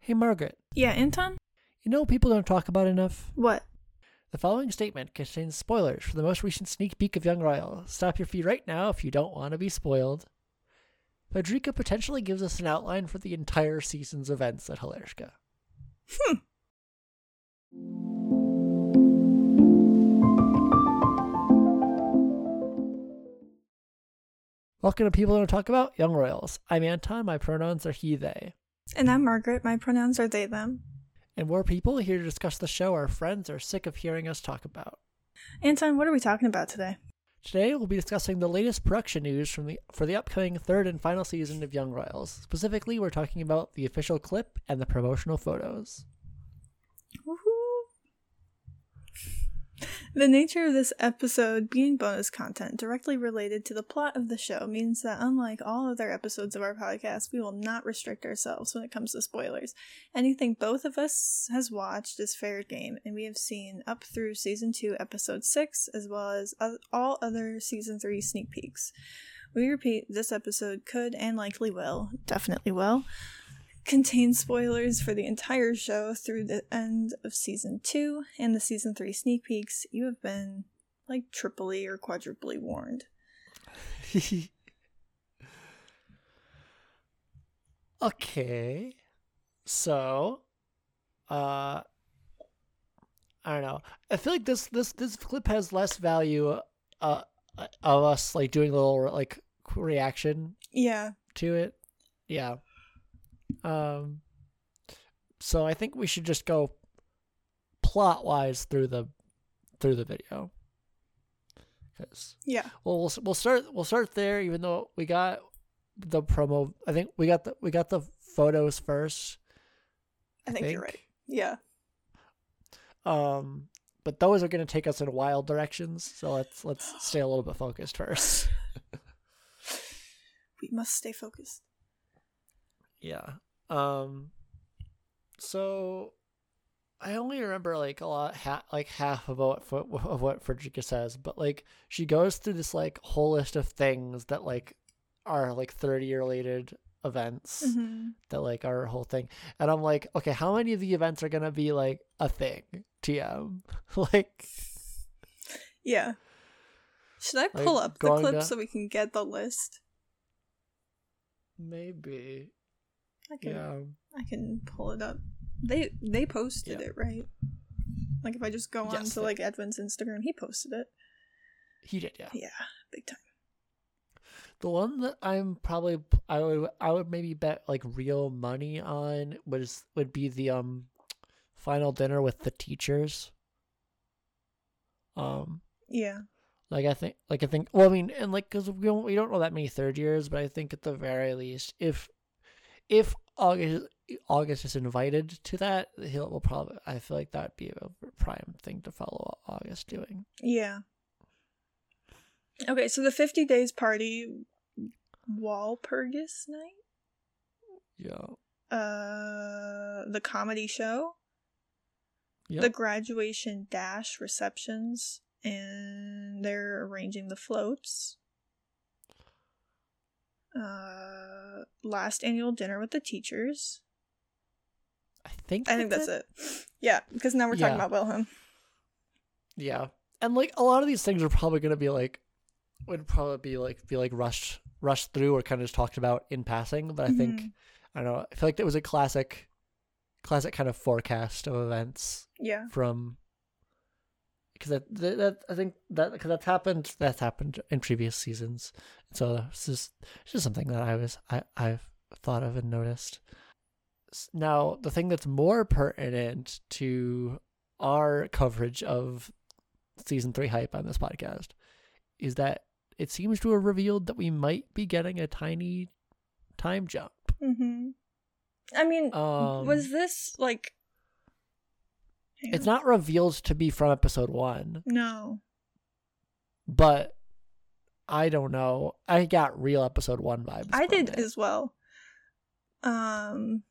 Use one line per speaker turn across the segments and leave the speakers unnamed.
Hey, Margaret,
Yeah, Anton?
you know what people don't talk about enough?
What?
The following statement contains spoilers for the most recent sneak peek of Young Royal. Stop your feet right now if you don't want to be spoiled. Padrika potentially gives us an outline for the entire season's events at Halershka.
Hmm.
Welcome to People Don't Talk About Young Royals. I'm Anton, my pronouns are he, they.
And I'm Margaret. My pronouns are they, them.
And we're people here to discuss the show our friends are sick of hearing us talk about.
Anton, what are we talking about today?
Today we'll be discussing the latest production news from the for the upcoming third and final season of Young Royals. Specifically, we're talking about the official clip and the promotional photos.
Woohoo. The nature of this episode being bonus content directly related to the plot of the show means that, unlike all other episodes of our podcast, we will not restrict ourselves when it comes to spoilers. Anything both of us has watched is fair game, and we have seen up through season 2, episode 6, as well as o- all other season 3 sneak peeks. We repeat, this episode could and likely will, definitely will, contain spoilers for the entire show through the end of season two and the season three sneak peeks, you have been like triply or quadruply warned.
okay. So uh I don't know. I feel like this this this clip has less value uh of us like doing a little like reaction
Yeah.
to it. Yeah. Um so I think we should just go plot wise through the through the video. 'Cause-
Yeah.
well, we'll we'll start we'll start there even though we got the promo I think we got the we got the photos first.
I think, you're right. Yeah.
Um but those are going to take us in wild directions, so let's let's stay a little bit focused first.
We must stay focused.
Yeah. Um so I only remember like a lot ha- like half of what Fo- of what Frederica says, but like she goes through this like whole list of things that like are like 30 related events
Mm-hmm.
that like are a whole thing. And I'm like, okay, how many of the events are going to be like a thing? TM. like
Yeah. Should I
Like,
pull up the
going
clip
down-
so we can get the list?
maybe.
I can
Yeah.
I can pull it up. They they posted
Yeah.
it, right? Like if I just go on
Yes,
to
they-
like Edwin's Instagram, he posted it.
He did, yeah.
Yeah, big time.
The one that I'm probably I would I would maybe bet like real money on was would be the um final dinner with the teachers. Um,
Yeah.
like I think like I think well I mean and like because we don't we don't know that many third years, but I think at the very least if if August August is invited to that, he'll will probably I feel like that'd be a prime thing to follow August doing.
Yeah. Okay, so the 50 days party Walpurgis night,
Yeah.
uh the comedy show,
Yep.
the graduation dash receptions and they're arranging the floats. Uh last annual dinner with the teachers.
I think
I think that's it. Yeah, because now we're talking
Yeah.
about Wilhelm.
Yeah. And like a lot of these things are probably gonna be like would probably be like be like rushed rushed through or kind of just talked about in passing. But I think
Mhm.
I don't know, I feel like it was a classic classic kind of forecast of events
Yeah.
from because that, that, that I think that because that's happened that's happened in previous seasons. So it's just it's just something that I was I I've thought of and noticed. S- Now the thing that's more pertinent to our coverage of season three hype on this podcast is that it seems to have revealed that we might be getting a tiny time jump.
Mhm. I mean,
Um,
was this like Hang
It's
on.
not revealed to be from episode one.
No.
but I don't know. I got real episode one vibes.
I
from
did
it.
as well. Um.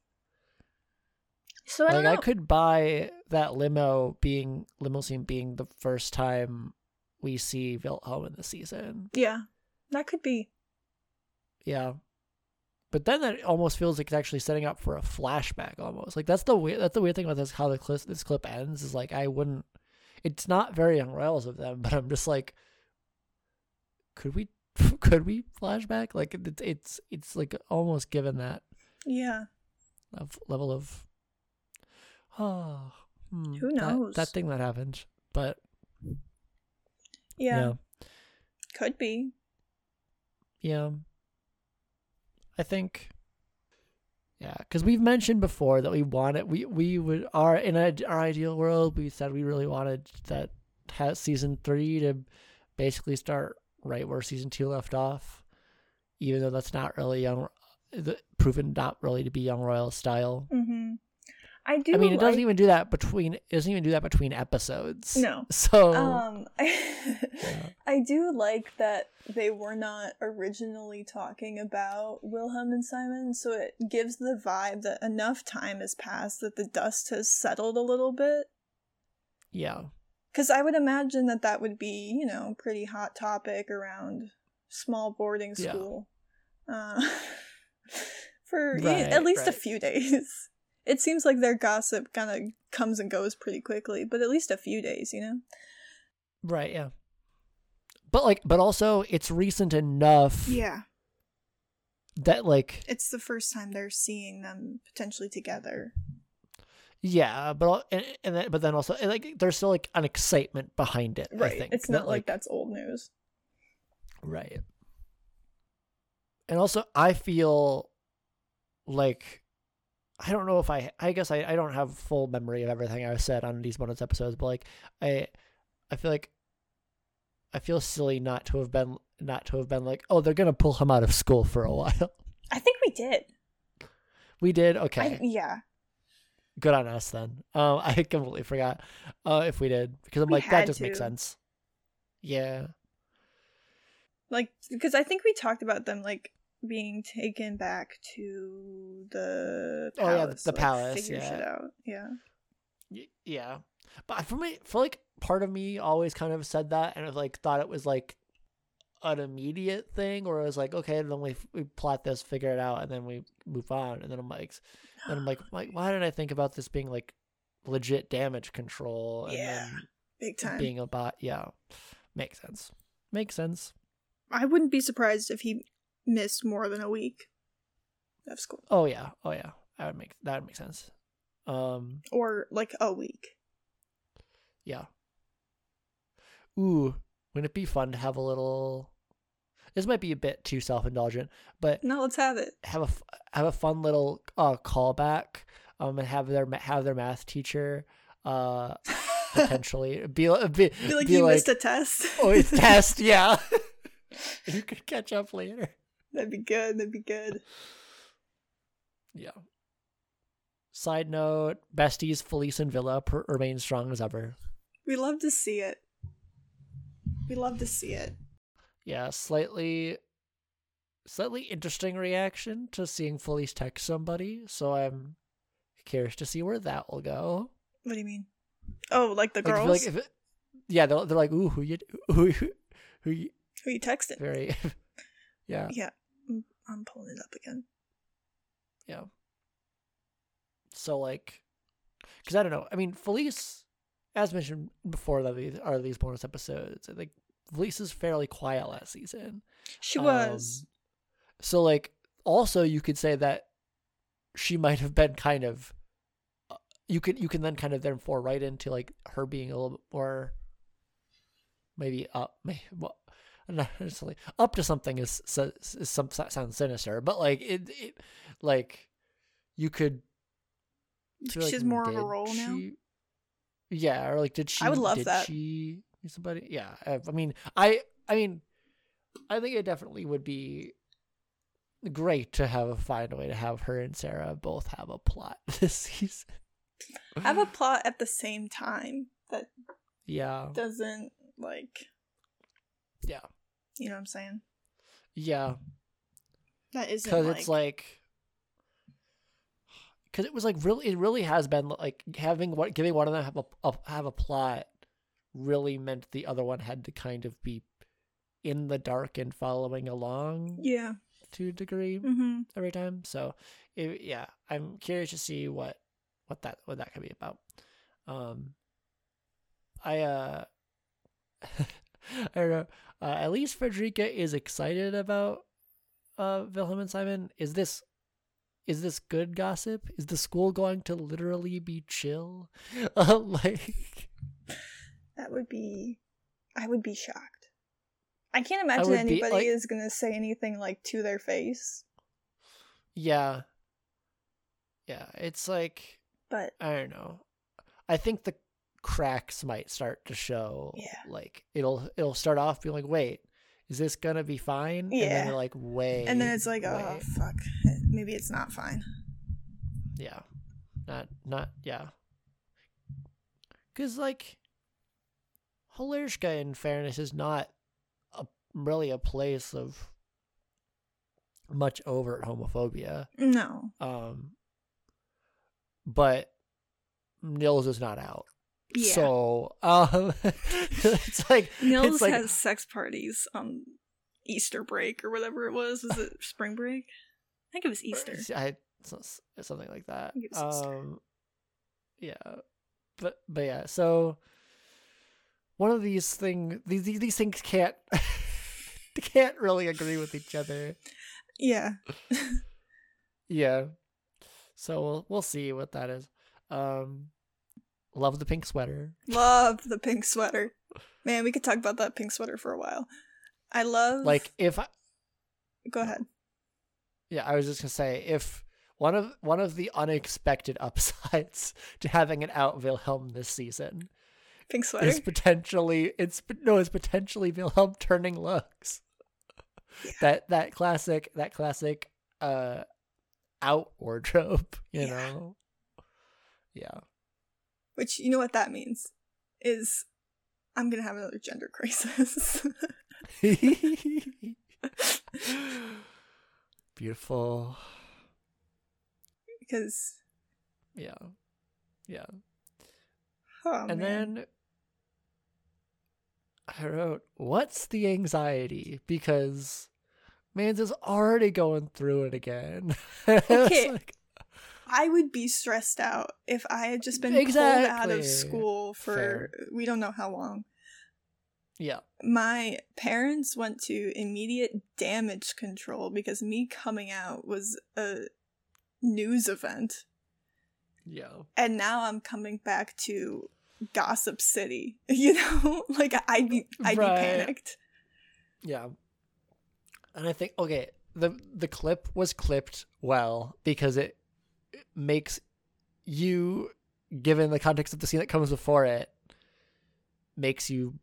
So I
like
don't know.
I could buy that limo being limo scene being the first time we see Wilhelm in the season.
yeah, that could be.
Yeah, But then it almost feels like it's actually setting up for a flashback almost. Like that's the weird that's the weird thing about this how the clip, this clip ends is like I wouldn't it's not very on rails of them, but I'm just like could we could we flashback? Like it, it's it's like almost given that
Yeah.
of level of oh hmm,
Who
that-
knows?
that, thing that happened. But
Yeah.
yeah.
Could be.
Yeah. I think. Yeah, because we've mentioned before that we wanted we we would our in a, our ideal world we said we really wanted that has season three to basically start right where season two left off, even though that's not really young, the- proven not really to be young royal style.
Mm-hmm. I do
I mean, it
like-
doesn't even do that between it doesn't even do that between episodes.
No.
So
Um, I do like that they were not originally talking about Wilhelm and Simon, so it gives the vibe that enough time has passed that the dust has settled a little bit.
yeah,
Because I would imagine that that would be, you know, pretty hot topic around small boarding
Yeah.
school uh, for e-
Right,
at least a
right.
few days. It seems like their gossip kind of comes and goes pretty quickly, but at least a few days, you know?
right, yeah. But like, but also it's recent enough.
Yeah.
that like
it's the first time they're seeing them potentially together.
yeah but al- and, and then, but then also and, like there's still like an excitement behind it I think,
It's
that,
not like, that's old news.
right and also i feel like i don't know if i i guess i, I don't have full memory of everything i've said on these bonus episodes but like i i feel like i feel silly not to have been not to have been like oh they're gonna pull him out of school for a while
I think we did.
we did okay
I, yeah.
good on us then. Um, I completely forgot uh, if we did because I'm
We
like that
had
just makes
to.
sense. Yeah,
Like because I think we talked about them like being taken back to the
Oh, yeah,
palace,
the
like,
palace,
figure
yeah.
shit out. Yeah.
Y- yeah. But for me, for like part of me always kind of said that and I like thought it was like an immediate thing, or it was like okay, then we we plot this, figure it out, and then we move on. And then I'm like, then I'm like, like why did I think about this being like legit damage control? And
Yeah, Big
then
time.
being a bot, yeah, makes sense. Makes sense.
I wouldn't be surprised if he missed more than a week of school
Oh yeah, oh yeah. That would make that would make sense. Um,
or like a week.
yeah. Ooh, wouldn't it be fun to have a little? This might be a bit too self-indulgent, but
No, let's have it.
have a f- have a fun little uh callback. Um, and have their ma- have their math teacher uh potentially be li- be,
Be like
be
he
like
missed a test.
oh it's test yeah. you could catch up later.
that'd be good. That'd be good.
Yeah. Side note: Besties Felice and Villa per- remain strong as ever.
We love to see it. We love to see it.
yeah, slightly slightly interesting reaction to seeing Felice text somebody, so I'm curious to see where that will go.
What do you mean? Oh, like the
Like, I feel
girls
like if it- yeah, they're, they're like, ooh, who you, who, who, who you,
who Oh, you texted.
very, yeah,
Yeah, Mm, I'm pulling it up again.
yeah. So like, because I don't know. I mean, Felice, as mentioned before, that these are these bonus episodes. I think Felice is fairly quiet last season.
She
Um,
was.
so like also you could say that she might have been kind of uh, you could you can then kind of therefore right into like her being a little bit more maybe up may well, not necessarily up to something is, is, is some sounds sinister but like it, it like you could
She
feel like,
has more of a
did
role now.
she- yeah, or like, did she?
I would love
did
that.
She meet somebody. Yeah, I, I mean, I, I mean, I think it definitely would be great to have find a way to have her and Sarah both have a plot this season.
Have a plot at the same time that
yeah,
doesn't like.
Yeah.
You know what I'm saying?
yeah,
That isn't
because
like,
it's like. Because it was like really, it really has been like having what giving one of them have a, a have a plot, really meant the other one had to kind of be in the dark and following along.
yeah,
to degree
Mm-hmm.
every time. So, it, yeah, I'm curious to see what what that what that could be about. Um, I uh, I don't know. Uh, at least Frederica is excited about uh Wilhelm and Simon. Is this is this good gossip? Is the school going to literally be chill? Uh, like,
That would be. I would be shocked. I can't
I
imagine
would be,
anybody
like-
is going to say anything like to their face,
yeah, yeah. It's like
but
I don't know. I think the cracks might start to show.
Yeah.
Like it'll it'll start off being like, wait, is this gonna be fine? And
Yeah.
then they're like, wait.
and then it's like, oh
wait."
fuck, maybe it's not fine.
yeah, not not yeah. Cause like, Halershka, in fairness, is not a, really a place of much overt homophobia.
No,
Um, but Nils is not out.
yeah.
So um, it's like
Nils
it's like,
has sex parties on Easter break or whatever it was. Was it spring break? I think it was Easter.
I, it's- it's something like that.
Yes, Easter.
Um, yeah, but but yeah. So one of these thing these these, these things can't can't really agree with each other.
Yeah.
Yeah. So we'll we'll see what that is. Um, love the pink sweater.
Love the pink sweater. Man, we could talk about that pink sweater for a while. I love
Like if I,
go ahead.
Yeah, I was just gonna say if one of one of the unexpected upsides to having an out Wilhelm this season
Pink
is
sweater.
potentially it's no, it's potentially Wilhelm turning looks.
Yeah.
That that classic that classic uh out wardrobe, you
Yeah.
know. Yeah.
Which you know what that means is I'm gonna have another gender crisis.
Beautiful.
because
Yeah. Yeah.
oh
and
man.
then I wrote, "What's the anxiety?" Because Mans is already going through it again. It's
Okay,
like,
I would be stressed out if I had just been pulled out
Exactly.
of school for
Fair.
we don't know how long.
yeah,
My parents went to immediate damage control because me coming out was a news event.
yeah,
and now I'm coming back to Gossip City. You know, like I'd be I'd
Right.
be panicked.
yeah. And I think okay, the the clip was clipped well because it, it makes you, given the context of the scene that comes before it, makes you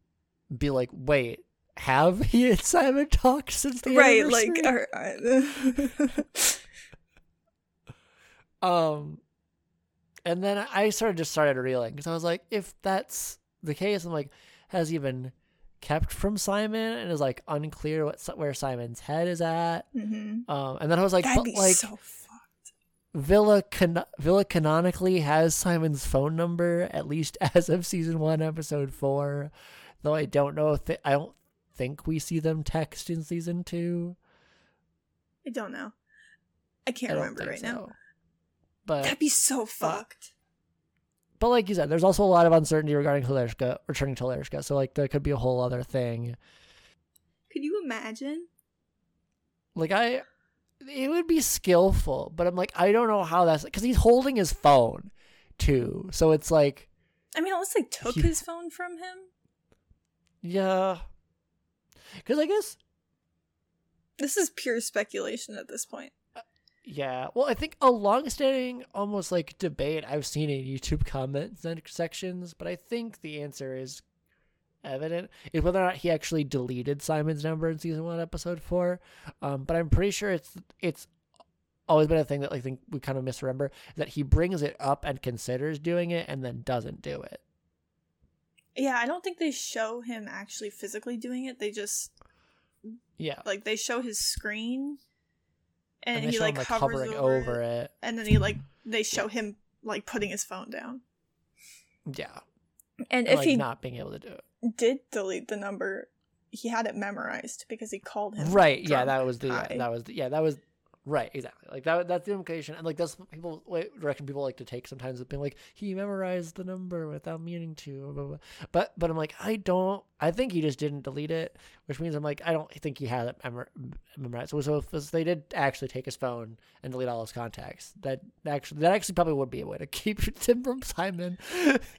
be like, wait. Have he and Simon talked since the
right, like
anniversary?"
all right. uh,
Um, and then I sort of just started reeling because I was like, if that's the case, I'm like, has he been kept from Simon and is like unclear what where Simon's head is at?
Mhm.
Um, and then I was like,
That'd
but
be
like
so fun.
Villa Can- Villa canonically has Simon's phone number at least as of season one, episode four. Though I don't know if they- I don't think we see them text in season two.
I don't know. I can't
I don't
remember
think
right now.
so. Uh, But
That'd be so fucked.
but like you said, there's also a lot of uncertainty regarding Hilershka returning to Hilershka. So like there could be a whole other thing.
Could you imagine?
Like I, it would be skillful, but I'm like I don't know how that's because he's holding his phone too. So it's like
I mean, unless they took
Yeah.
his phone from him.
yeah, because I guess
This is pure speculation at this point.
yeah. Well, I think a long-standing almost like debate I've seen in YouTube comment se- sections, but I think the answer is evident is whether or not he actually deleted Simon's number in season one, episode four. Um, but I'm pretty sure it's it's always been a thing that like, I think we kind of misremember that he brings it up and considers doing it and then doesn't do it.
Yeah, I don't think they show him actually physically doing it. They just
Yeah,
like they show his screen, and,
they
he
show
like,
him, like
hovers
hovering
over, it.
over it.
and then he like they show him like putting his phone down
Yeah,
and
and,
if
like
he
not being able to do it.
did delete the number he had it memorized because he called him
right yeah
drunk
that was the
high.
that was the, yeah that was right exactly like that that's the implication and like that's what people wait, direction people like to take sometimes of being like he memorized the number without meaning to blah, blah, blah. but but i'm like i don't i think he just didn't delete it which means i'm like i don't think he had it memor- memorized so, so if this- they did actually take his phone and delete all his contacts that actually that actually probably would be a way to keep him from simon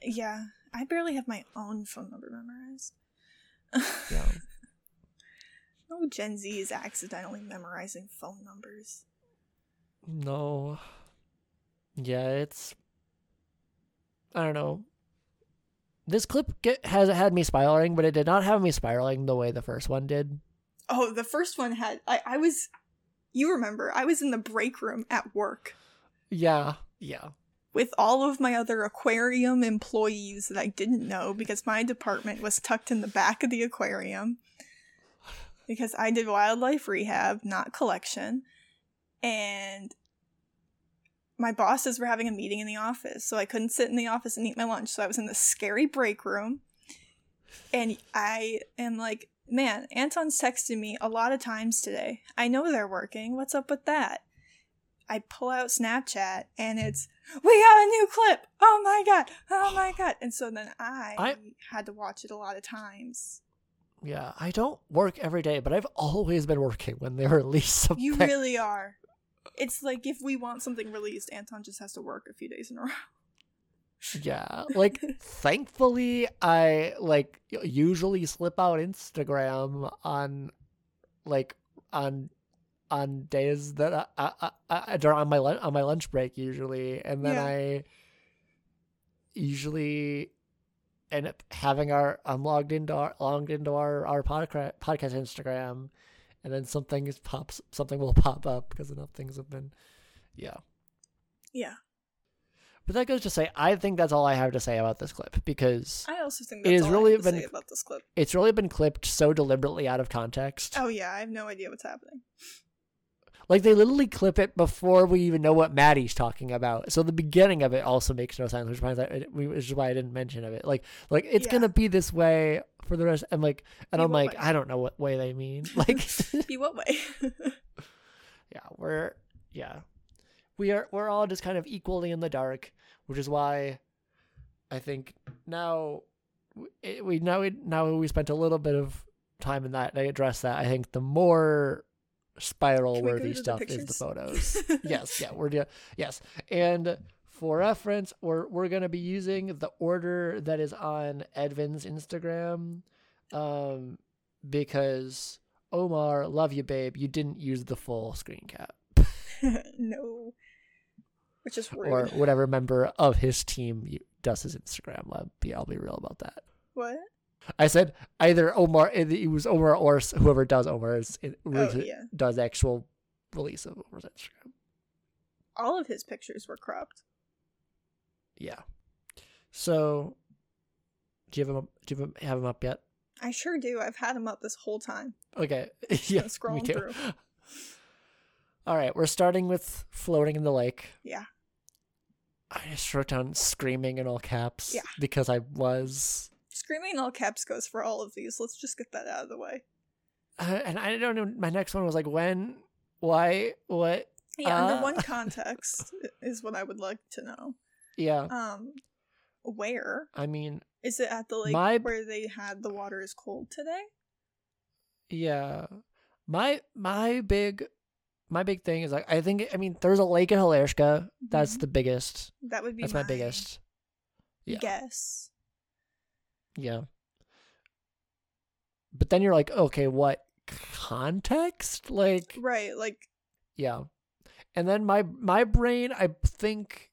yeah i barely have my own phone number memorized
yeah
no gen z is accidentally memorizing phone numbers
No. Yeah, it's. I don't know. This clip get, has had me spiraling, but it did not have me spiraling the way the first one did.
oh the first one had i, I was you remember i was in the break room at work
Yeah, yeah,
with all of my other aquarium employees that I didn't know because my department was tucked in the back of the aquarium because I did wildlife rehab, not collection. And my bosses were having a meeting in the office, so I couldn't sit in the office and eat my lunch. So I was in the scary break room. And I am like, man, Anton's texted me a lot of times today. I know they're working. What's up with that? I pull out Snapchat and it's we got a new clip. Oh my god. Oh my god. And so then I,
I-
had to watch it a lot of times.
yeah. I don't work every day, but I've always been working when they release something.
You really are. It's like if we want something released, Anton just has to work a few days in a row.
yeah, like thankfully, I like usually slip out Instagram on, like on, on days that I, I, I, I during on my lun- on my lunch break usually, and then
Yeah.
I usually end up having our I'm logged into our logged into our our podcast podcast Instagram, and then something is pops something will pop up because enough things have been, yeah.
Yeah.
But that goes to say, I think that's all I have to say about this clip because
I also think
It
that's
has
all
really
I have to
been-
say about this clip.
it's really been clipped so deliberately out of context.
Oh yeah, I have no idea what's happening.
Like they literally clip it before we even know what Maddie's talking about. So the beginning of it also makes no sense, which is why I, which is why I didn't mention of it. Like, like it's
Yeah.
gonna be this way for the rest. And like, and
You
I'm
won't
like,
like
I don't know what way they mean. Like,
Be what way?
yeah, we're yeah, we are we're all just kind of equally in the dark, which is why I think now it, we now we now we spent a little bit of time in that. and I addressed that. I think the more spiral
Can we go
worthy
to the
stuff is the
pictures?
photos. yes, yeah, we're do- yes, and for reference, we're we're gonna be using the order that is on Edvin's Instagram, um, because Omar, love you, babe. You didn't use the full screen cap
no. Which is rude.
or whatever member of his team you- does his Instagram. I'll be I'll be real about that.
what?
I said either Omar, it was Omar or s- whoever does Omar's it
Oh
re-
yeah.
does actual release of Omar's Instagram.
All of his pictures were cropped.
Yeah. So, do you have him? up- Do you have him, have him up yet?
I sure do. I've had him up this whole time.
Okay. yeah.
been scrolling through.
All right, we're starting with floating in the lake.
Yeah.
I just wrote down screaming in all caps.
Yeah.
Because I was.
Screaming in all caps goes for all of these. Let's just get that out of the way.
Uh, and I don't know. My next one was like, when? Why? What?
Yeah,
Uh.
under one context is what I would like to know.
Yeah.
Um, where
I mean,
is it at the lake
My-
where they had the water is cold today?
Yeah. My my big my big thing is like I think I mean there's a lake in Halerska. That's
Mhm.
the biggest.
That would be
That's my biggest. Yeah.
guess.
Yeah. But then you're like, okay, what context? Like
Right, like
yeah. And then my my brain, I think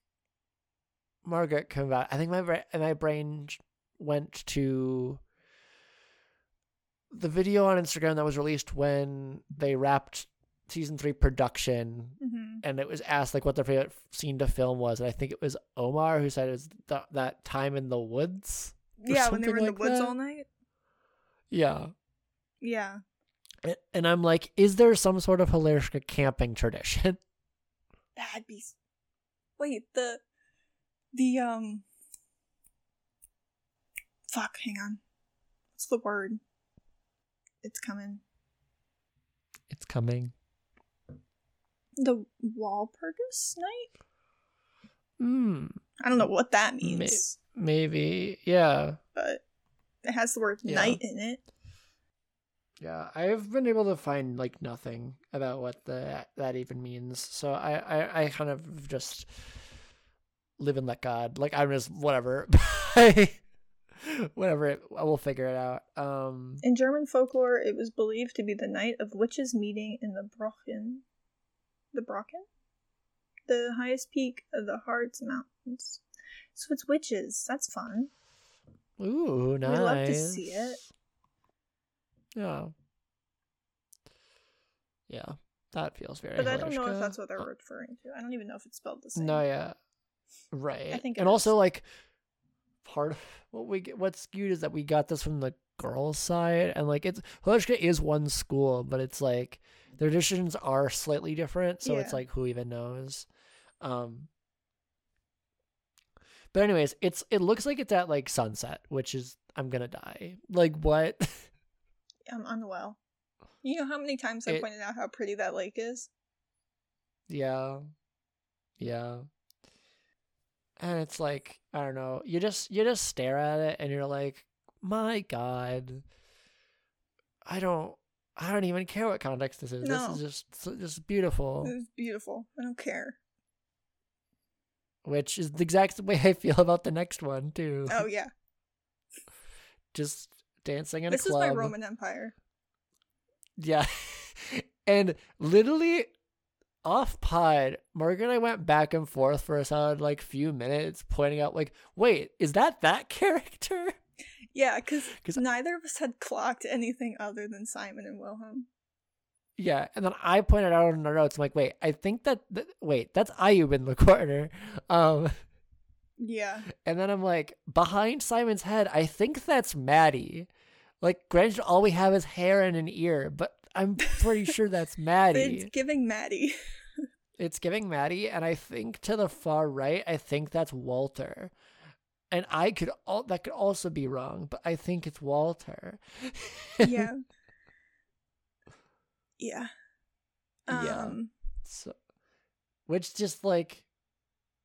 Margaret came back. I think my bra- my brain j- went to the video on Instagram that was released when they wrapped season three production,
mhm.
and it was asked like what their favorite scene to film was, and I think it was Omar who said it was th- that time in the woods. Or
yeah, when they were
something
in the
like
woods
that.
all night.
Yeah,
Yeah,
A- and I'm like, is there some sort of hilarious camping tradition?
that'd be. s- Wait, the, the um. Fuck, hang on. What's the word? It's coming.
It's coming.
The Walpurgis night?
Hmm.
I don't know what that
May-
means,
Maybe. Yeah.
but it has the word
Yeah.
night in it.
Yeah. I've been able to find like nothing about what the that even means. So I I, I kind of just live and let God. Like I'm just whatever. whatever it, I will figure it out. Um.
In German folklore, it was believed to be the night of witches meeting in the Brocken. The Brocken? The highest peak of the Harz Mountains. So it's witches. That's fun.
Ooh, nice.
love to see it.
Yeah. Yeah. That feels very
But I don't know if
Halishka.
that's what they're
Uh,
referring to. I don't even know if it's spelled the same.
No, yeah. Right.
think
and
it
also
is.
like part of what we get what's skewed is that we got this from the girls' side and like it's Halishka is one school, but it's like their traditions are slightly different, so it's
Yeah.
like who even knows. Um But anyways, it's it looks like it's at like sunset, which is I'm gonna die. Like what?
I'm unwell. You know how many times I
It-
pointed out how pretty that lake is?
Yeah. Yeah. And it's like, I don't know, you just you just stare at it and you're like, "My god. I don't I don't even care what context this is.
No. Mm.
This is just so- just beautiful."
It's beautiful. I don't care.
Which is the exact way I feel about the next one, too.
Oh yeah.
Just dancing in
this
a club.
is my Roman Empire.
Yeah. and literally off pod, Margaret and I went back and forth for a solid like few minutes pointing out like, wait, is that that character?
Yeah, because
'Cause-
neither of us had clocked anything other than Simon and Wilhelm.
Yeah. And then I pointed out on our notes, I'm like, wait, I think that, th- wait, that's Ayub in the corner. Um,
Yeah.
and then I'm like, behind Simon's head, I think that's Maddie. Like, granted, all we have is hair and an ear, but I'm pretty sure that's Maddie.
It's giving Maddie.
It's giving Maddie, and I think to the far right, I think that's Walter. And I could all that could also be wrong, but I think it's Walter.
yeah. Yeah.
Yeah.
Um,
So, which just like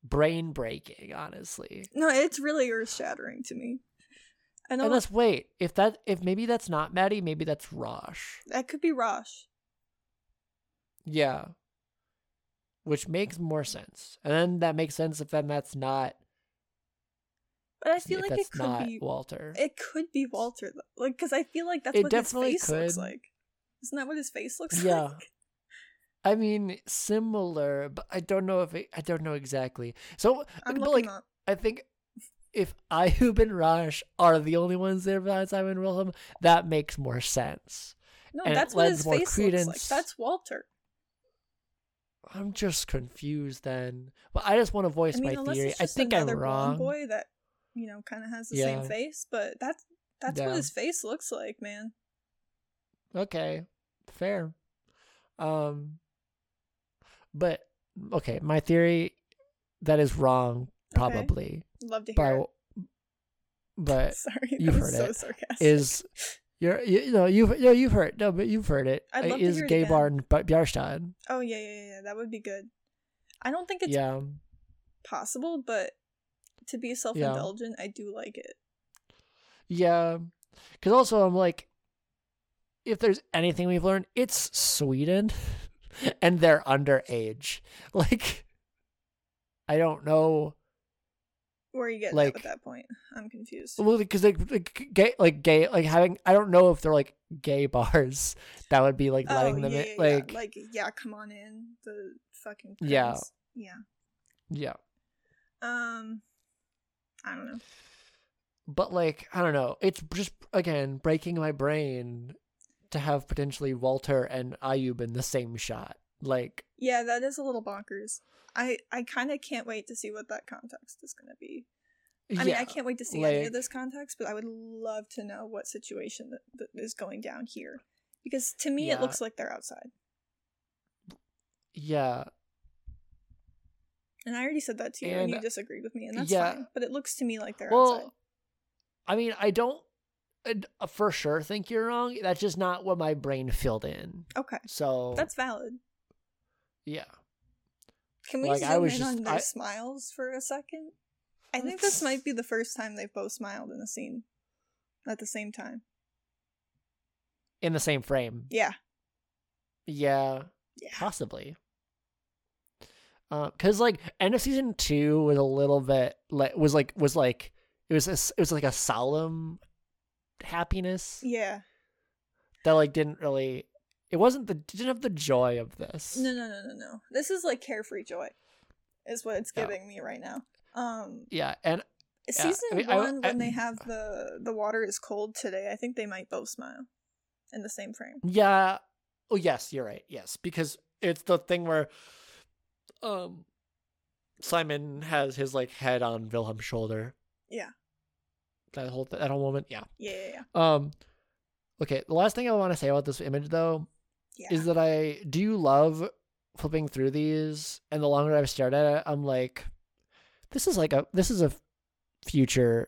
brain breaking, honestly.
No, it's really earth shattering to me. I know
Unless wait, if that if maybe that's not Maddie, maybe that's Rosh.
that could be Rosh.
Yeah. Which makes more sense. And then that makes sense if then that's not
But I feel
if
like
that's
it could
not
be
Walter.
It could be Walter, though. like because I feel like that's
It
what
definitely
his face looks
could.
like. Isn't that what his face looks
Yeah.
like?
I mean, similar, but I don't know if it, I don't know exactly. So,
I'm
but
looking
like,
up.
I think if Ayub and Raj are the only ones there behind Simon and Wilhelm, that makes more sense.
No,
and it
that's what
lends
his
more
face
credence-
looks like. That's Walter.
I'm just confused then. But I just want to voice
I mean,
my
unless
theory.
it's
I
just
think I'm
another blonde
wrong.
boy that you know kind of has the
Yeah.
same face, but that's that's
Yeah.
what his face looks like, man.
Okay, fair. Um, but okay, my theory that is wrong
Okay.
probably,
Love to hear.
but but
it. Sorry, that
you've
was
heard
so
it,
sarcastic.
is you're you, you know you've no you've heard no but you've heard it
I'd
It
love to
is
hear it
gay
again.
bar in Ba- Bjarstad.
oh yeah, yeah, yeah, yeah, that would be good. I don't think it's
Yeah,
possible, but to be self-indulgent, I do like it.
yeah. Because also I'm like, if there's anything we've learned, it's Sweden, and they're underage. Like, I don't know.
Where are you getting
Like-
at with that point? I'm confused.
Well, because like, like gay, like gay, like having. I don't know if they're like gay bars that would be like letting them
Oh, yeah,
in,
yeah, yeah.
like,
like yeah, come on in the fucking
Yeah.
prince. yeah.
yeah.
Um, I don't know.
but like i don't know it's just again breaking my brain to have potentially walter and ayub in the same shot like
Yeah, that is a little bonkers. I I kind of can't wait to see what that context is going to be. I
yeah
mean, I can't wait to see any
like-
of this context, but I would love to know what situation that, that is going down here because to me
Yeah.
it looks like they're outside.
yeah
And I already said that to you, and,
And-
you disagreed with me, and that's
yeah.
fine. But it looks to me like they're
well
outside.
i mean i don't And, uh, for sure think you're wrong. That's just not what my brain filled in.
Okay.
So
That's valid.
yeah.
Can we
Like, I
zoom in
was just-
on their
I-
smiles for a second? I think this might be the first time they've both smiled in a scene at the same time.
In the same frame.
Yeah.
Yeah.
Yeah.
possibly because like end of season two was a little bit like was like was like it was a s it was like a solemn happiness
Yeah.
that like didn't really it wasn't the didn't have the joy of this
No, no, no, no, no. This is like carefree joy, is what it's
Yeah.
giving me right now. Um,
yeah and
season
I mean, I-
one
I-
when they have the the water is cold today. I think they might both smile in the same frame.
yeah oh yes you're right yes because it's the thing where um simon has his like head on wilhelm's shoulder
Yeah.
that whole that whole moment yeah
Yeah, yeah, yeah.
Um, okay. The last thing I want to say about this image, though,
yeah.
is that I do love flipping through these, and the longer I've stared at it, I'm like, this is like a this is a future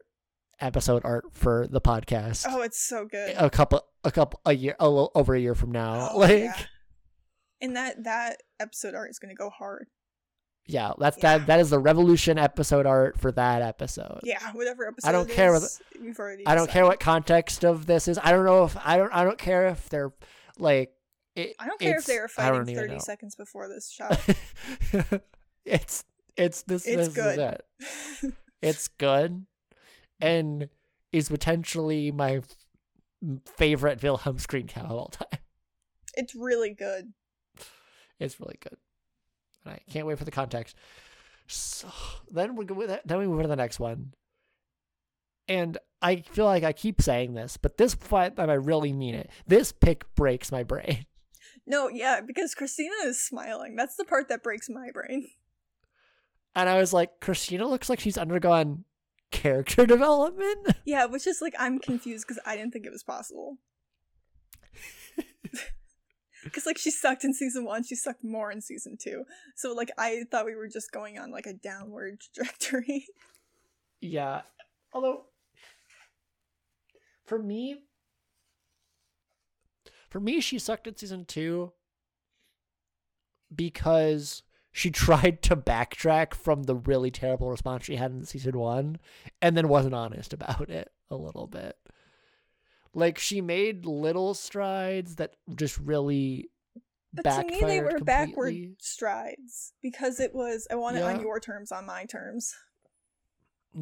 episode art for the podcast.
oh, it's so good.
a couple, a couple, a year, a little over a year from now.
Oh,
like,
yeah.
yeah,
And that that episode art is going to go hard.
that's
Yeah.
that. That is the revolution episode art for that episode.
Yeah, whatever episode.
don't
it
care what
is, we've already.
I don't care
decided.
what context of this is. I don't know if I don't. I don't care if they're like. It,
I don't care
it's-
if they were
I don't
fighting
even
thirty
know.
seconds before this shot.
it's it's this this
It's good.
is it. It's good and is potentially my f- favorite Wilhelm screen cap of all time.
it's really good.
It's really good. And I can't wait for the context. So then we go with that, then we move on to the next one. And I feel like I keep saying this, but this fight time I really mean it. This pick breaks my brain.
No, yeah, because Christina is smiling. That's the part that breaks my brain.
And I was like, Christina looks like she's undergone character development.
Yeah, which is like I'm confused because I didn't think it was possible. Because like she sucked in season one, she sucked more in season two. So like I thought we were just going on like a downward trajectory.
Yeah. Although for me for me she sucked at season 2 because she tried to backtrack from the really terrible response she had in season 1 and then wasn't honest about it a little bit. Like she made little strides that just really
But to me, they
backfired
were backward
completely.
strides because it was I want it on
Yeah.
your terms, on my terms.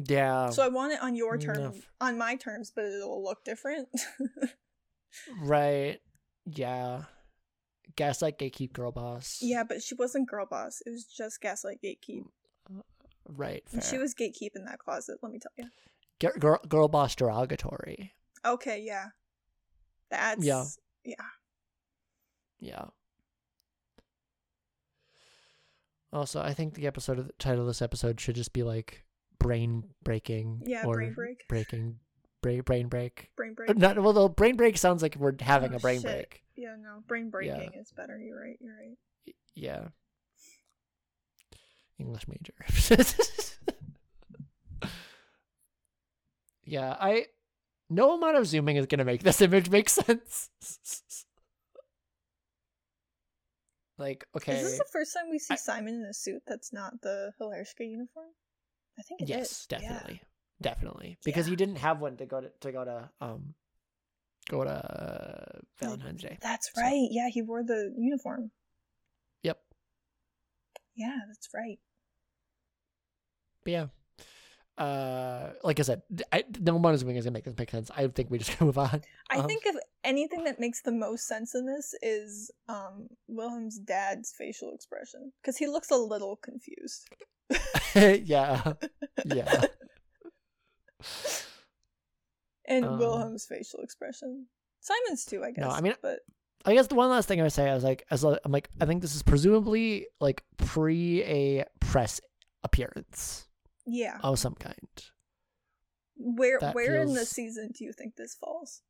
Yeah.
So I want it on your
Mm,
terms,
enough.
on my terms, but it'll look different.
right. Yeah. Gaslight gatekeep girl boss.
yeah, but she wasn't girl boss. It was just gaslight gatekeep.
Right.
And she
fair.
was gatekeep in that closet. Let me tell you.
Gir- girl, girl boss derogatory.
Okay, yeah, that's
Yeah. Yeah. Also, I think the episode of the title of this episode should just be like brain breaking.
Yeah,
or
brain break.
Breaking, bra- brain break.
brain break.
Uh, Not well. The brain break sounds like we're having
Oh,
a brain
shit.
break.
Yeah, no, brain breaking is better. You're right. You're right.
Y- Yeah. English major. yeah, I. No amount of zooming is going to make this image make sense. like, okay.
Is this the first time we see Simon in a suit that's not the Hilarska uniform? I think it is.
yes,
Yeah.
definitely. Definitely. Because
Yeah.
you didn't have one to go to, to go to, um, go to uh, Valentine's Day.
That's
So-
right. Yeah, he wore the uniform.
Yep.
Yeah, that's right.
But yeah. Uh, like I said, I, no amount of zooming is going to make this make sense. I think we just move on.
I
Um,
think if anything that makes the most sense in this is um Wilhelm's dad's facial expression because he looks a little confused.
yeah. Yeah.
And
Um,
Wilhelm's facial expression. Simon's too, I guess.
No, I mean-
but
I guess the one last thing I would say, I was like, as I'm like, I think this is presumably like pre a press appearance
yeah,
of some kind.
where
that
where in the
feels-
season do you think this falls?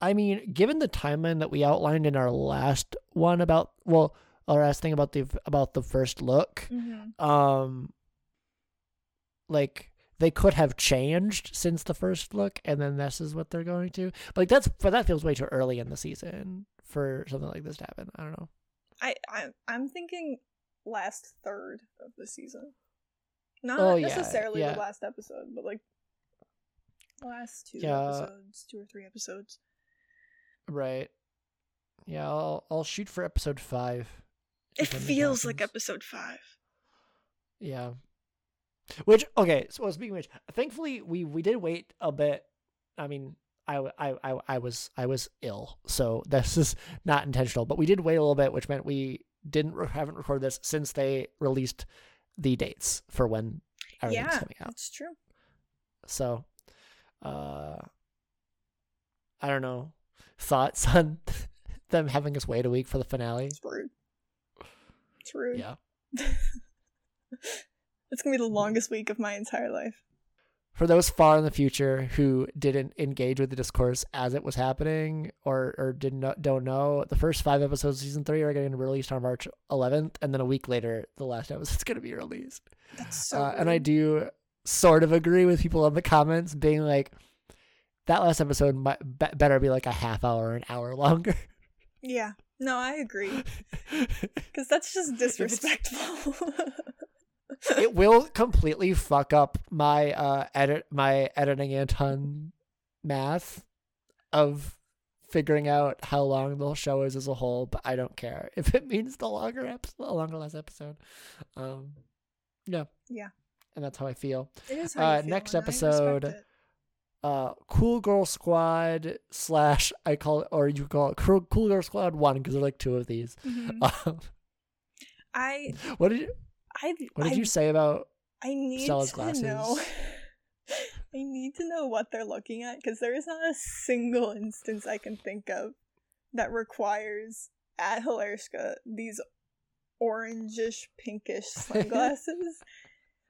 I mean, given the timeline that we outlined in our last one about, well, our last thing about the about the first look,
Mm-hmm.
um, like they could have changed since the first look, and then this is what they're going to. But like that's but that feels way too early in the season for something like this to happen. I don't know.
I, I I'm thinking last third of the season. Not
Oh, yeah,
necessarily
yeah.
the last episode, but like last two
Yeah.
episodes, two or three episodes.
Right. Yeah, I'll I'll shoot for episode five.
It
if that
feels like
happens.
episode five.
Yeah. Which okay, so speaking of which, thankfully we we did wait a bit. I mean, I w- I I I was I was ill, so this is not intentional. But we did wait a little bit, which meant we didn't re- haven't recorded this since they released the dates for when everything's
yeah,
coming out.
that's true.
So, uh, I don't know thoughts on them having us wait a week for the finale.
It's rude. It's rude.
Yeah,
It's gonna be the longest week of my entire life.
for those far in the future who didn't engage with the discourse as it was happening or or didn't know, don't know, the first five episodes of season three are getting released on March 11th, and then a week later, the last episode's going to be released.
That's so.
uh, and I
rude.
do sort of agree with people in the comments being like, that last episode might be- better be like a half hour, or an hour longer.
Yeah. No, I agree. Because that's just
If it's-
disrespectful.
it will completely fuck up my uh edit my editing Anton math of figuring out how long the show is as a whole, but I don't care if it means the longer episode, longer last episode. Um, yeah,
Yeah.
and that's how I feel.
it is how you
uh,
feel,
next
and I respect
episode,
it.
Uh, Cool Girl Squad slash I call it, or you call it Cool Cool Girl Squad one because there are like two of these.
Mhm.
Um,
I,
what did you,
I,
what did
I,
you say about?
I need
Stella's
to know.
glasses?
I need to know what they're looking at because there is not a single instance I can think of that requires at Hilarska these orangish, pinkish sunglasses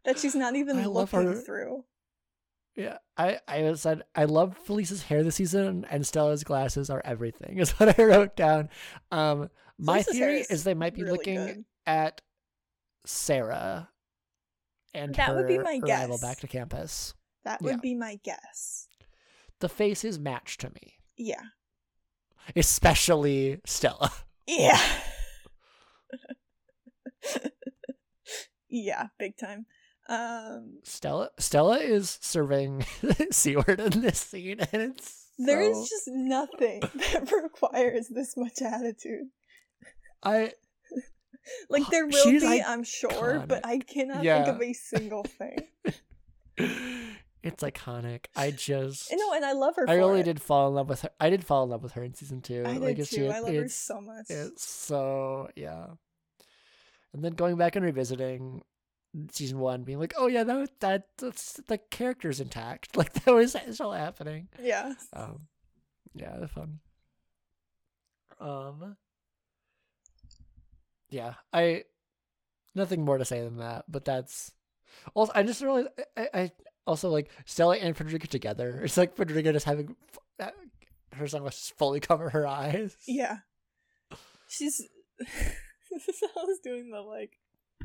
that she's not even
I love
looking
her-
through.
Yeah, I I said I love Felice's hair this season, and Stella's glasses are everything. Is what I wrote down. Um, my
Felice's hair
theory
is
is they might be
really
looking
good.
at Sarah and
That
her
would be my
arrival
guess.
back to campus.
That would
yeah.
be my guess.
The faces match to me,
Yeah.
especially Stella.
Yeah. yeah, big time. Um
Stella Stella is serving Seward in this scene, and it's
there is
so-
just nothing that requires this much attitude.
I
Like there will
She's
be, I'm sure, but I cannot
Yeah.
think of a single thing.
it's iconic. I just
And no, and I love her.
I
for
really
it.
did fall in love with her. I did fall in love with her in season two.
I did
like,
too.
it's- it-
I love her
it's-
so much.
It's so yeah. And then going back and revisiting season one, being like, oh yeah, that was- that that's, the character's intact. Like that was it's all happening.
Yeah.
Um, yeah, they're fun. Um, yeah, I nothing more to say than that. But that's also I just really I, I also like Stella and Frederica together. It's like Frederica just having f- uh, her sunglasses fully cover her eyes.
Yeah. She's Stella's doing the like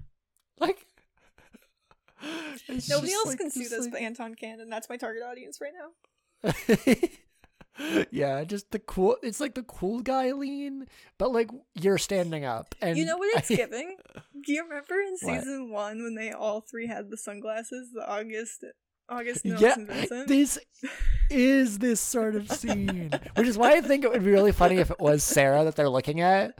like
nobody else can see this, but Anton can, and that's my target audience right now.
but. yeah, just the cool. It's like the cool guy lean, but like you're standing up, and
you know what it's
I-
giving? Do you remember in
What?
season one when they all three had the sunglasses? The August, August, Nils,
yeah,
and Vincent.
this is this sort of scene, which is why I think it would be really funny if it was Sarah that they're looking at,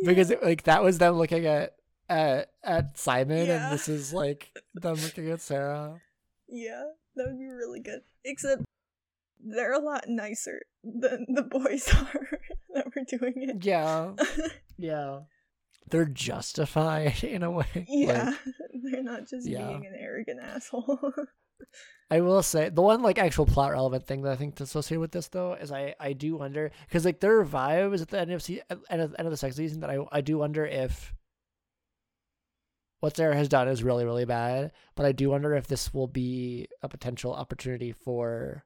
Yeah.
because it, like that was them looking at at at Simon,
Yeah.
and this is like them looking at Sarah.
yeah, that would be really good. Except they're a lot nicer than the boys are that were doing it.
Yeah, yeah, they're justified in a way. Like,
yeah, they're not just
yeah.
being an arrogant asshole.
I will say the one like actual plot relevant thing that I think that's associated with this though is I I do wonder because like there are vibes at the end of se- at the end of, end of the second season that I I do wonder if what Sarah has done is really really bad, but I do wonder if this will be a potential opportunity for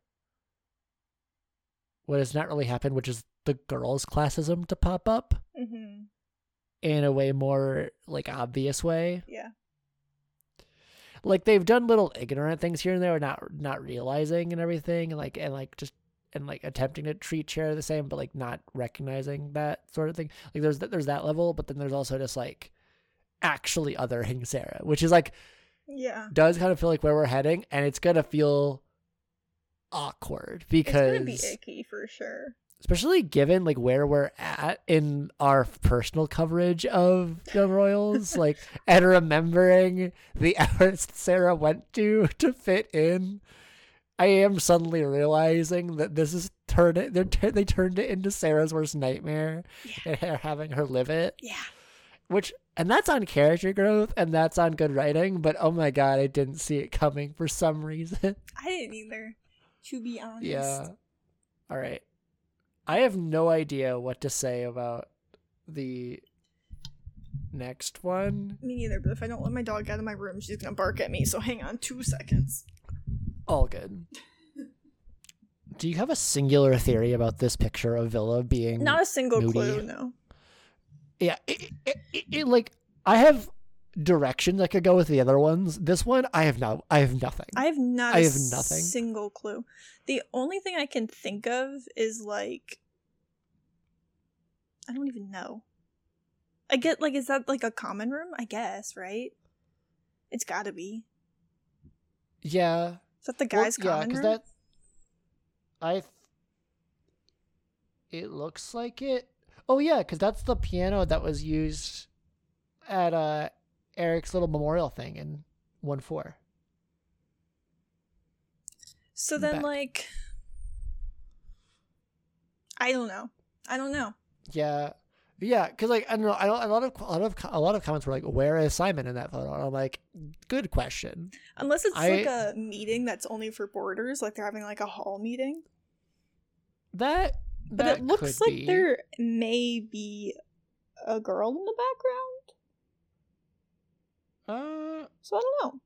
what has not really happened, which is the girls' classism to pop up
hmm
in a way more like obvious way
Yeah,
like they've done little ignorant things here and there, not not realizing and everything, and like and like just and like attempting to treat Cher the same, but like not recognizing that sort of thing. Like there's th- there's that level, but then there's also just like actually othering Sarah, which is like
Yeah.
does kind of feel like where we're heading, and it's gonna feel awkward
it's
because
gonna be icky for sure.
especially given like where we're at in our personal coverage of the Royals, like and remembering the efforts Sarah went to to fit in. I am suddenly realizing that this is turning. They're tu- they turned it into Sarah's worst nightmare, and they're having her live it.
Yeah.
Which and that's on character growth, and that's on good writing. But oh my god, I didn't see it coming for some reason.
I didn't either. To be honest.
Yeah. All right. I have no idea what to say about the next one.
Me neither, but if I don't let my dog out of my room, she's gonna bark at me, so hang on two seconds.
All good. Do you have a singular theory about this picture of Villa being
Not a single
Moody.
clue, no.
Yeah, it, it, it, it- like I have directions I could go with the other ones. This one I have no I have nothing.
I have not
I
a
have nothing.
single clue. The only thing I can think of is like I don't even know. I get like is that like a common room? I guess, right? It's gotta be.
yeah.
Is that the
Well,
guy's
yeah,
common room?
that I. th- It looks like it. Oh yeah, because that's the piano that was used at uh Eric's little memorial thing in one four.
So
in the
then
back.
like I don't know. I don't know.
Yeah, yeah, because like I don't know, I don't, a lot of a lot of co- a lot of comments were like, "Where is Simon in that photo?" And I'm like, "Good question."
Unless it's
I-
like a meeting that's only for boarders, like they're having like a hall meeting.
That,
But
that
it looks
could
like
be.
there may be a girl in the background.
Uh,
So I don't know.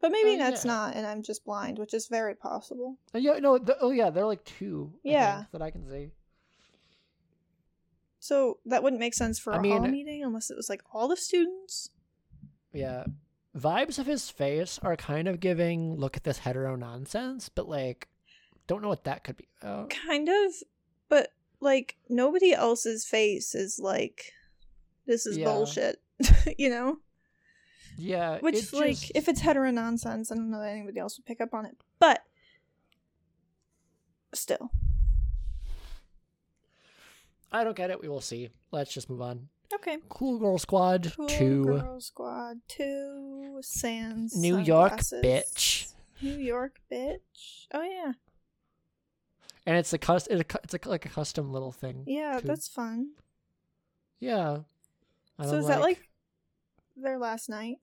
But maybe
Uh,
that's
yeah.
not, and I'm just blind, which is very possible.
yeah, no, the, oh yeah, there are like two. I
Yeah.
think, that I can see.
So that wouldn't make sense for
I
a hall
mean- uh,
meeting unless it was like all the students.
Yeah. Vibes of his face are kind of giving look at this hetero nonsense, but like don't know what that could be. about.
Kind of, but like nobody else's face is like, this is
Yeah.
bullshit, you know?
yeah.
Which,
it
like,
just-
if it's hetero nonsense, I don't know that anybody else would pick up on it. But still,
I don't get it, we will see. Let's just move on.
okay.
Cool Girl Squad
Cool
two
Girl Squad two sans
New York
sunglasses.
bitch.
New York bitch. Oh yeah,
And it's a cus it's a, cu- it's a, like a custom little thing.
yeah,
Two.
that's fun.
Yeah. And
So
I'm
is that like their last night?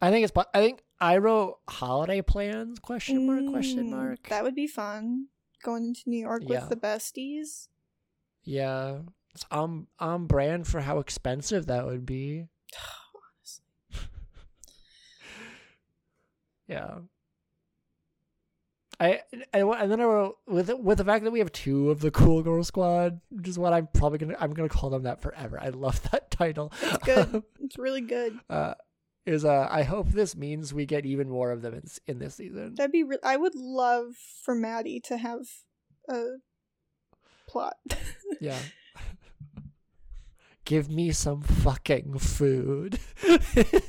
I think it's po- I think I wrote holiday plans question mark question
Mm,
mark.
That would be fun. Going into New York
Yeah.
with the besties.
yeah. It's on on brand for how expensive that would be. Yeah. I, I wa- and then I wrote with with the fact that we have two of the cool girl squad, which is what I'm probably gonna I'm gonna call them that forever. I love that title.
good. It's really good.
uh, is uh, I hope this means we get even more of them in, s- in this season.
That'd be. Re- I would love for Maddie to have a plot.
Yeah. Give me some fucking food.
Pretty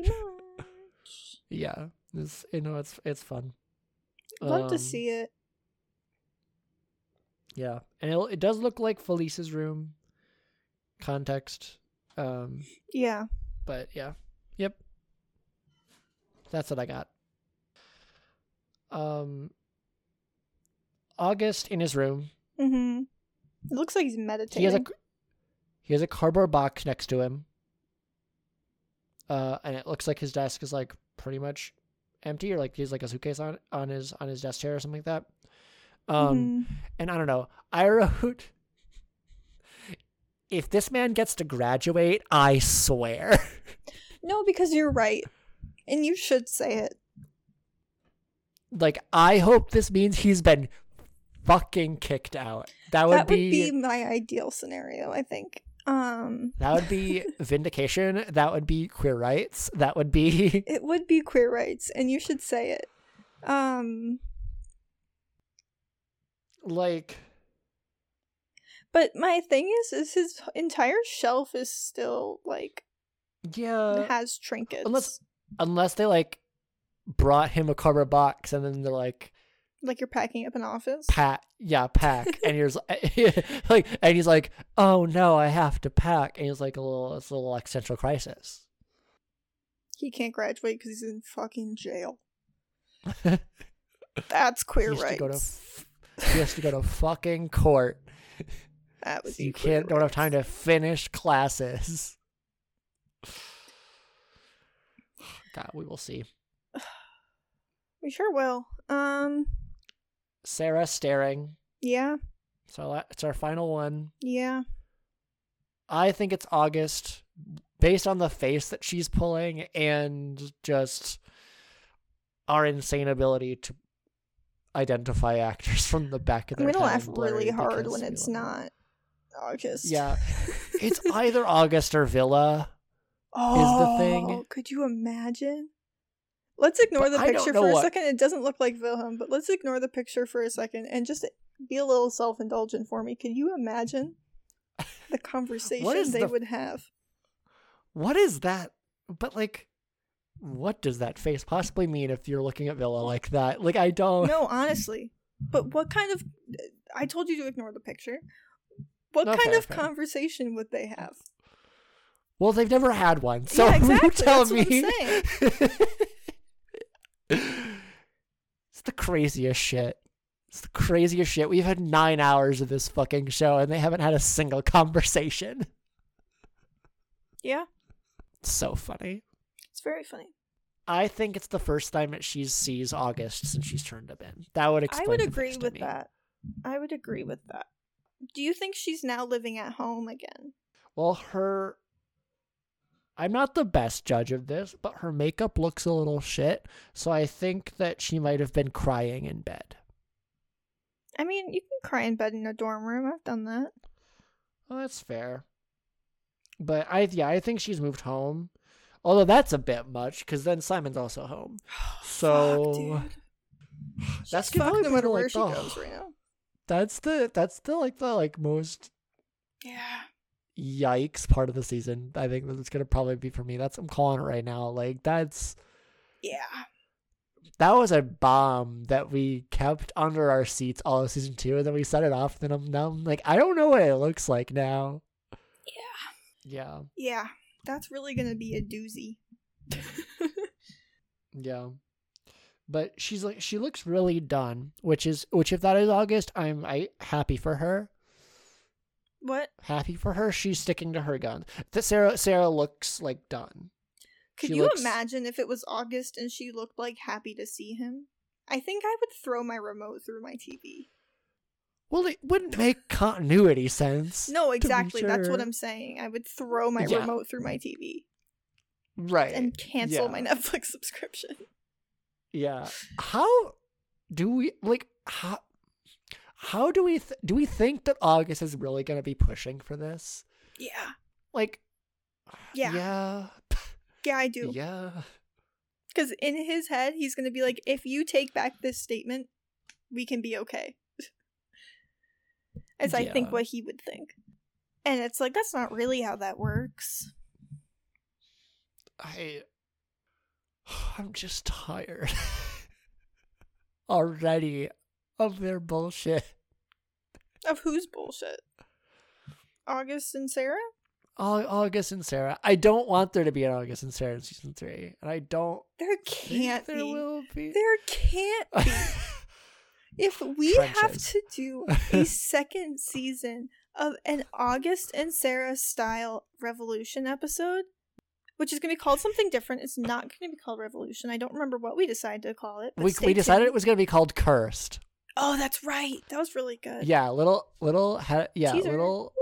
much.
yeah, it's you know it's it's fun.
Love to
Um,
see it.
Yeah, and it, it does look like Felice's room. Context, um,
Yeah.
but yeah, yep. That's what I got. Um, August in his room.
Mm-hmm. It looks like he's meditating.
He has a he has a cardboard box next to him. Uh, and it looks like his desk is like pretty much empty, or like he has like a suitcase on on his on his desk chair or something like that. Um.
Mhm.
and I don't know. I wrote, if this man gets to graduate, I swear.
No, because you're right. And you should say it.
like, I hope this means he's been fucking kicked out. That would,
that would
be,
be my ideal scenario, I think. Um,
That would be vindication. That would be queer rights. That would be
it would be queer rights, and you should say it. Um,
like
but my thing is, is his entire shelf is still like
yeah.
has trinkets.
Uh, unless- Unless they like brought him a cardboard box and then they're like
like you're packing up an office.
pack yeah pack and he's like and he's like oh no I have to pack and he's like a little it's a little existential crisis.
he can't graduate because he's in fucking jail. That's queer
he has to
rights.
go to f- he has to go to fucking court.
that would
So
be
you
queer
can't don't have
rights.
time to finish classes. God, we will see.
We sure will. Um.
Sarah staring.
Yeah.
It's our la- it's our final one.
Yeah.
I think it's August, based on the face that she's pulling and just our insane ability to identify actors from the back of
I'm
their
gonna
head
laugh
as blurry
really hard
because
when
we
it's
love them.
not August.
Yeah, it's either August or Villa.
oh,
thing-
Could you imagine? Let's ignore
But
the
I don't
picture
know
for a
what-
second. It doesn't look like Wilhelm, but let's ignore the picture for a second and just be a little self-indulgent for me. Could you imagine the
is
conversation they
the-
would have?
what is that? But like, what does that face possibly mean if you're looking at Villa like that? Like, I don't.
No, honestly. But what kind of I told you to ignore the picture. What
No,
kind
fair,
of
fair.
conversation would they have?
Well, they've never had one, so
Yeah,
you
exactly.
tell
That's what I'm
me. it's the craziest shit. It's the craziest shit. We've had nine hours of this fucking show, and they haven't had a single conversation.
Yeah,
It's so funny.
it's very funny.
I think it's the first time that she sees August since she's turned him in. That would explain.
I would
the
agree
face to
with
me.
that. I would agree with that. Do you think she's now living at home again?
Well, her. I'm not the best judge of this, but her makeup looks a little shit, so I think that she might have been crying in bed.
I mean, you can cry in bed in a dorm room. I've done that.
Well, that's fair. But I yeah, I think she's moved home. Although that's a bit much because then Simon's also home. So
Fuck, dude.
that's
She's fucked
probably
no matter
been,
where
like, oh.
she
the-
goes right now.
that's the that's the like the like most
Yeah.
yikes part of the season. I think that's gonna probably be for me. That's I'm calling it right now. Like that's
Yeah.
that was a bomb that we kept under our seats all of season two, and then we set it off. Then I'm now I'm like I don't know what it looks like now. Yeah,
Yeah. That's really gonna be a doozy.
yeah. But she's like she looks really done, which is which if that is August, I'm I happy for her.
what?
Happy for her. She's sticking to her guns. That Sarah Sarah looks like done.
Could
She
you
looks-
imagine if it was August and she looked like happy to see him? I think I would throw my remote through my TV.
Well, it wouldn't make continuity sense.
No,
to be
exactly. That's what
sure.
I'm saying. I would throw my
Yeah.
remote through my TV
right.
and cancel
Yeah.
my Netflix subscription.
Yeah. How do we like how how do we th- do we think that August is really going to be pushing for this?
Yeah.
Like
Yeah. Yeah,
Yeah.
I do.
Yeah.
Because in his head, he's going to be like, if you take back this statement, we can be okay. As I think
Yeah.
what he would think. And it's like, that's not really how that works.
I I'm just tired already of their bullshit.
Of whose bullshit? August and Sarah?
Au- August and Sarah. I don't want there to be an August and Sarah in season 3, and I don't
There
think
can't
there
be.
will be.
There can't be. if we have
Trenches.
to do a second season of an August and Sarah style revolution episode, which is going to be called something different, it's not going to be called revolution. I don't remember what we decided to call it. but
we
stay
we decided
tuned.
it was going to be called Cursed.
Oh, that's right. That was really good.
yeah little little he- yeah
Teaser.
little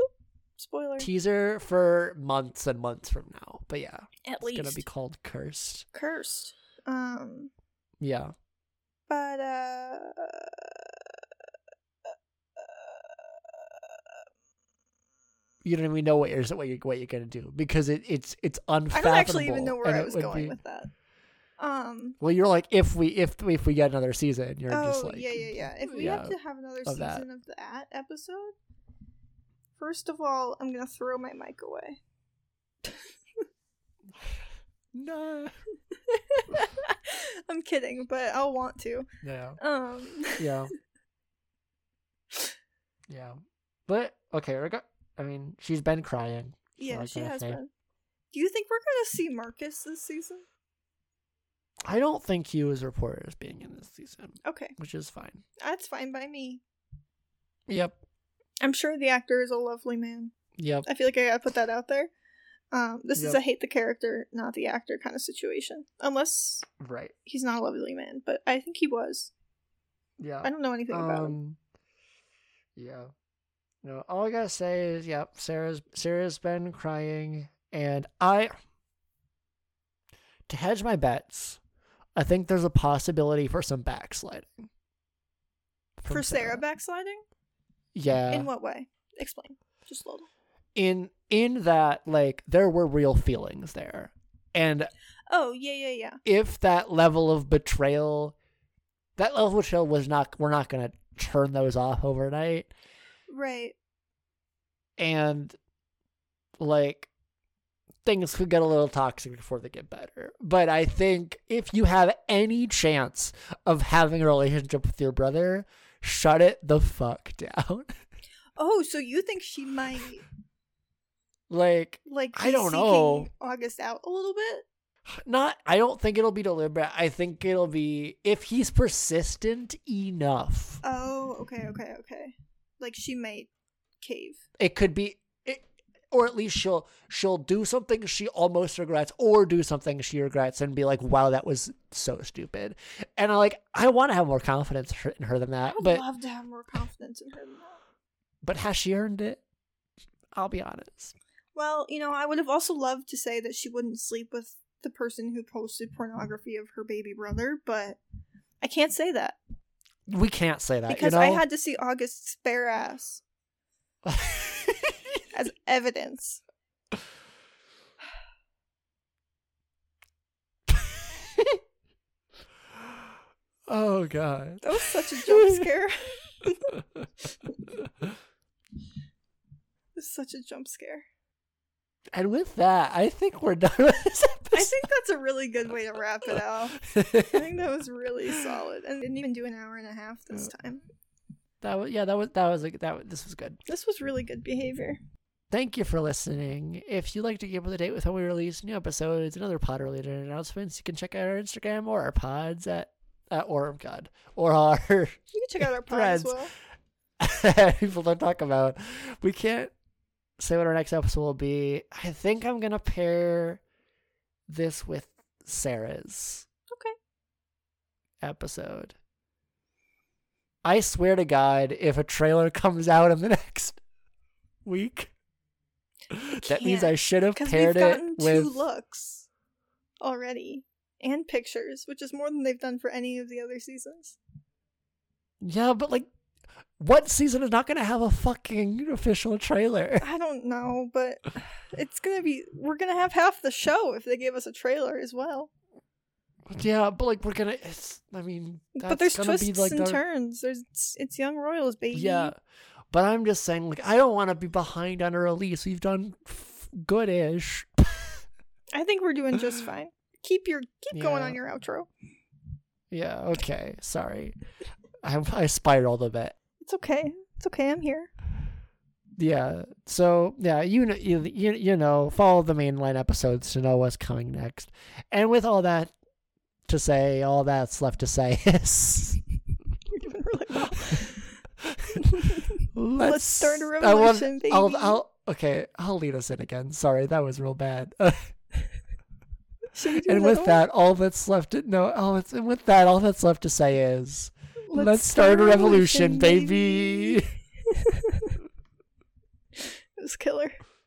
Spoiler.
teaser for months and months from now but yeah
at
it's gonna
least
be called cursed
cursed. Um,
yeah
but uh,
you don't even know what you're what you're what you're gonna do because it, it's it's
I
unfathomable.
don't actually even know where
and
I
it
was
would
going
be-
with that. Um.
Well, you're like if we if if we get another season, you're just
Oh
like
yeah, yeah, yeah. If we have
yeah.
to have another
of
season
that.
of that episode, first of all, I'm gonna throw my mic away.
no,
I'm kidding, but I'll want to.
yeah,
Um.
yeah, yeah. But okay, reg- I mean, she's been crying.
Yeah,
like
she
that,
has
okay.
been. Do you think we're gonna see Marcus this season?
I don't think he was reported as being in this season,
Okay,
which is fine.
that's fine by me.
Yep,
I'm sure the actor is a lovely man.
yep,
I feel like I gotta put that out there. Um, this
Yep.
is a hate the character, not the actor kind of situation. Unless
right.
he's not a lovely man, but I think he was.
Yeah.
I don't know anything about
Um,
him.
Yeah. No, all I gotta say is, yep, Sarah's Sarah's been crying, and I to hedge my bets, I think there's a possibility for some backsliding. from
For Sarah backsliding?
Yeah.
In what way? Explain. Just a little.
in in that like there were real feelings there. And
Oh, yeah, yeah, yeah.
if that level of betrayal that level of betrayal was not we're not gonna turn those off overnight.
Right.
and like things could get a little toxic before they get better. But I think if you have any chance of having a relationship with your brother, shut it the fuck down.
Oh, so you think she might
like
like
I
be
don't
seeking
know.
August out a little bit?
not I don't think it'll be deliberate. I think it'll be if he's persistent enough.
Oh, okay, okay, okay. Like she might cave.
It could be it, or at least she'll she'll do something she almost regrets or do something she regrets and be like wow that was so stupid and i like i want to have more confidence her- in her than
I
that
would
Uh, but
love to have more confidence in her than that.
but has she earned it i'll be honest
Well, you know, I would have also loved to say that she wouldn't sleep with the person who posted pornography of her baby brother, but I can't say that
we can't say that
because
Uh, you know
I had to see August's bare ass as evidence.
oh god
That was such a jump scare. It was such a jump scare.
and with that i think we're done with this
I think that's a really good way to wrap it up.
episode
I think that was really solid, and didn't even do an hour and a half this time.
that was yeah that was that was a, that was, this was good
This was really good behavior.
Thank you for listening. If you'd like to keep up to date with when we release new episodes and other pod related announcements, you can check out our Instagram or our pods at, uh, or God, or our
You can check out our pod as
Threads.
well.
people don't talk about. We can't say what our next episode will be. I think I'm going to pair this with Sarah's
Okay.
episode. I swear to God, if a trailer comes out in the next week, that means I should have
because we've
paired it
gotten two
with.
looks already and pictures, which is more than they've done for any of the other seasons.
Yeah, but like, what season is not going to have a fucking official trailer?
I don't know, but it's gonna be we're gonna have half the show if they gave us a trailer as well.
Yeah, but like, we're gonna. It's, I mean, that's
but there's
gonna
twists
be like
and
the-
turns. There's it's, it's young royals, baby.
Yeah, but I'm just saying, like, I don't want to be behind on a release. We've done f- good-ish.
I think we're doing just fine. Keep your keep going
Yeah.
on your outro.
Yeah. Okay. Sorry, I I spiraled a bit.
It's okay. It's okay. I'm here.
Yeah. So yeah, you know, you you, you know, follow the mainline episodes to know what's coming next. And with all that to say, all that's left to say is.
You're doing really well.
Let's,
Let's start a
I want-
revolution, baby.
I'll, I'll, okay, I'll lead us in again. Sorry, that was real bad.
Should we do
and with
another
that, all that's left to no, all that's and with that, all that's left to say is,
one?
let's, start, a revolution, baby.
It was killer.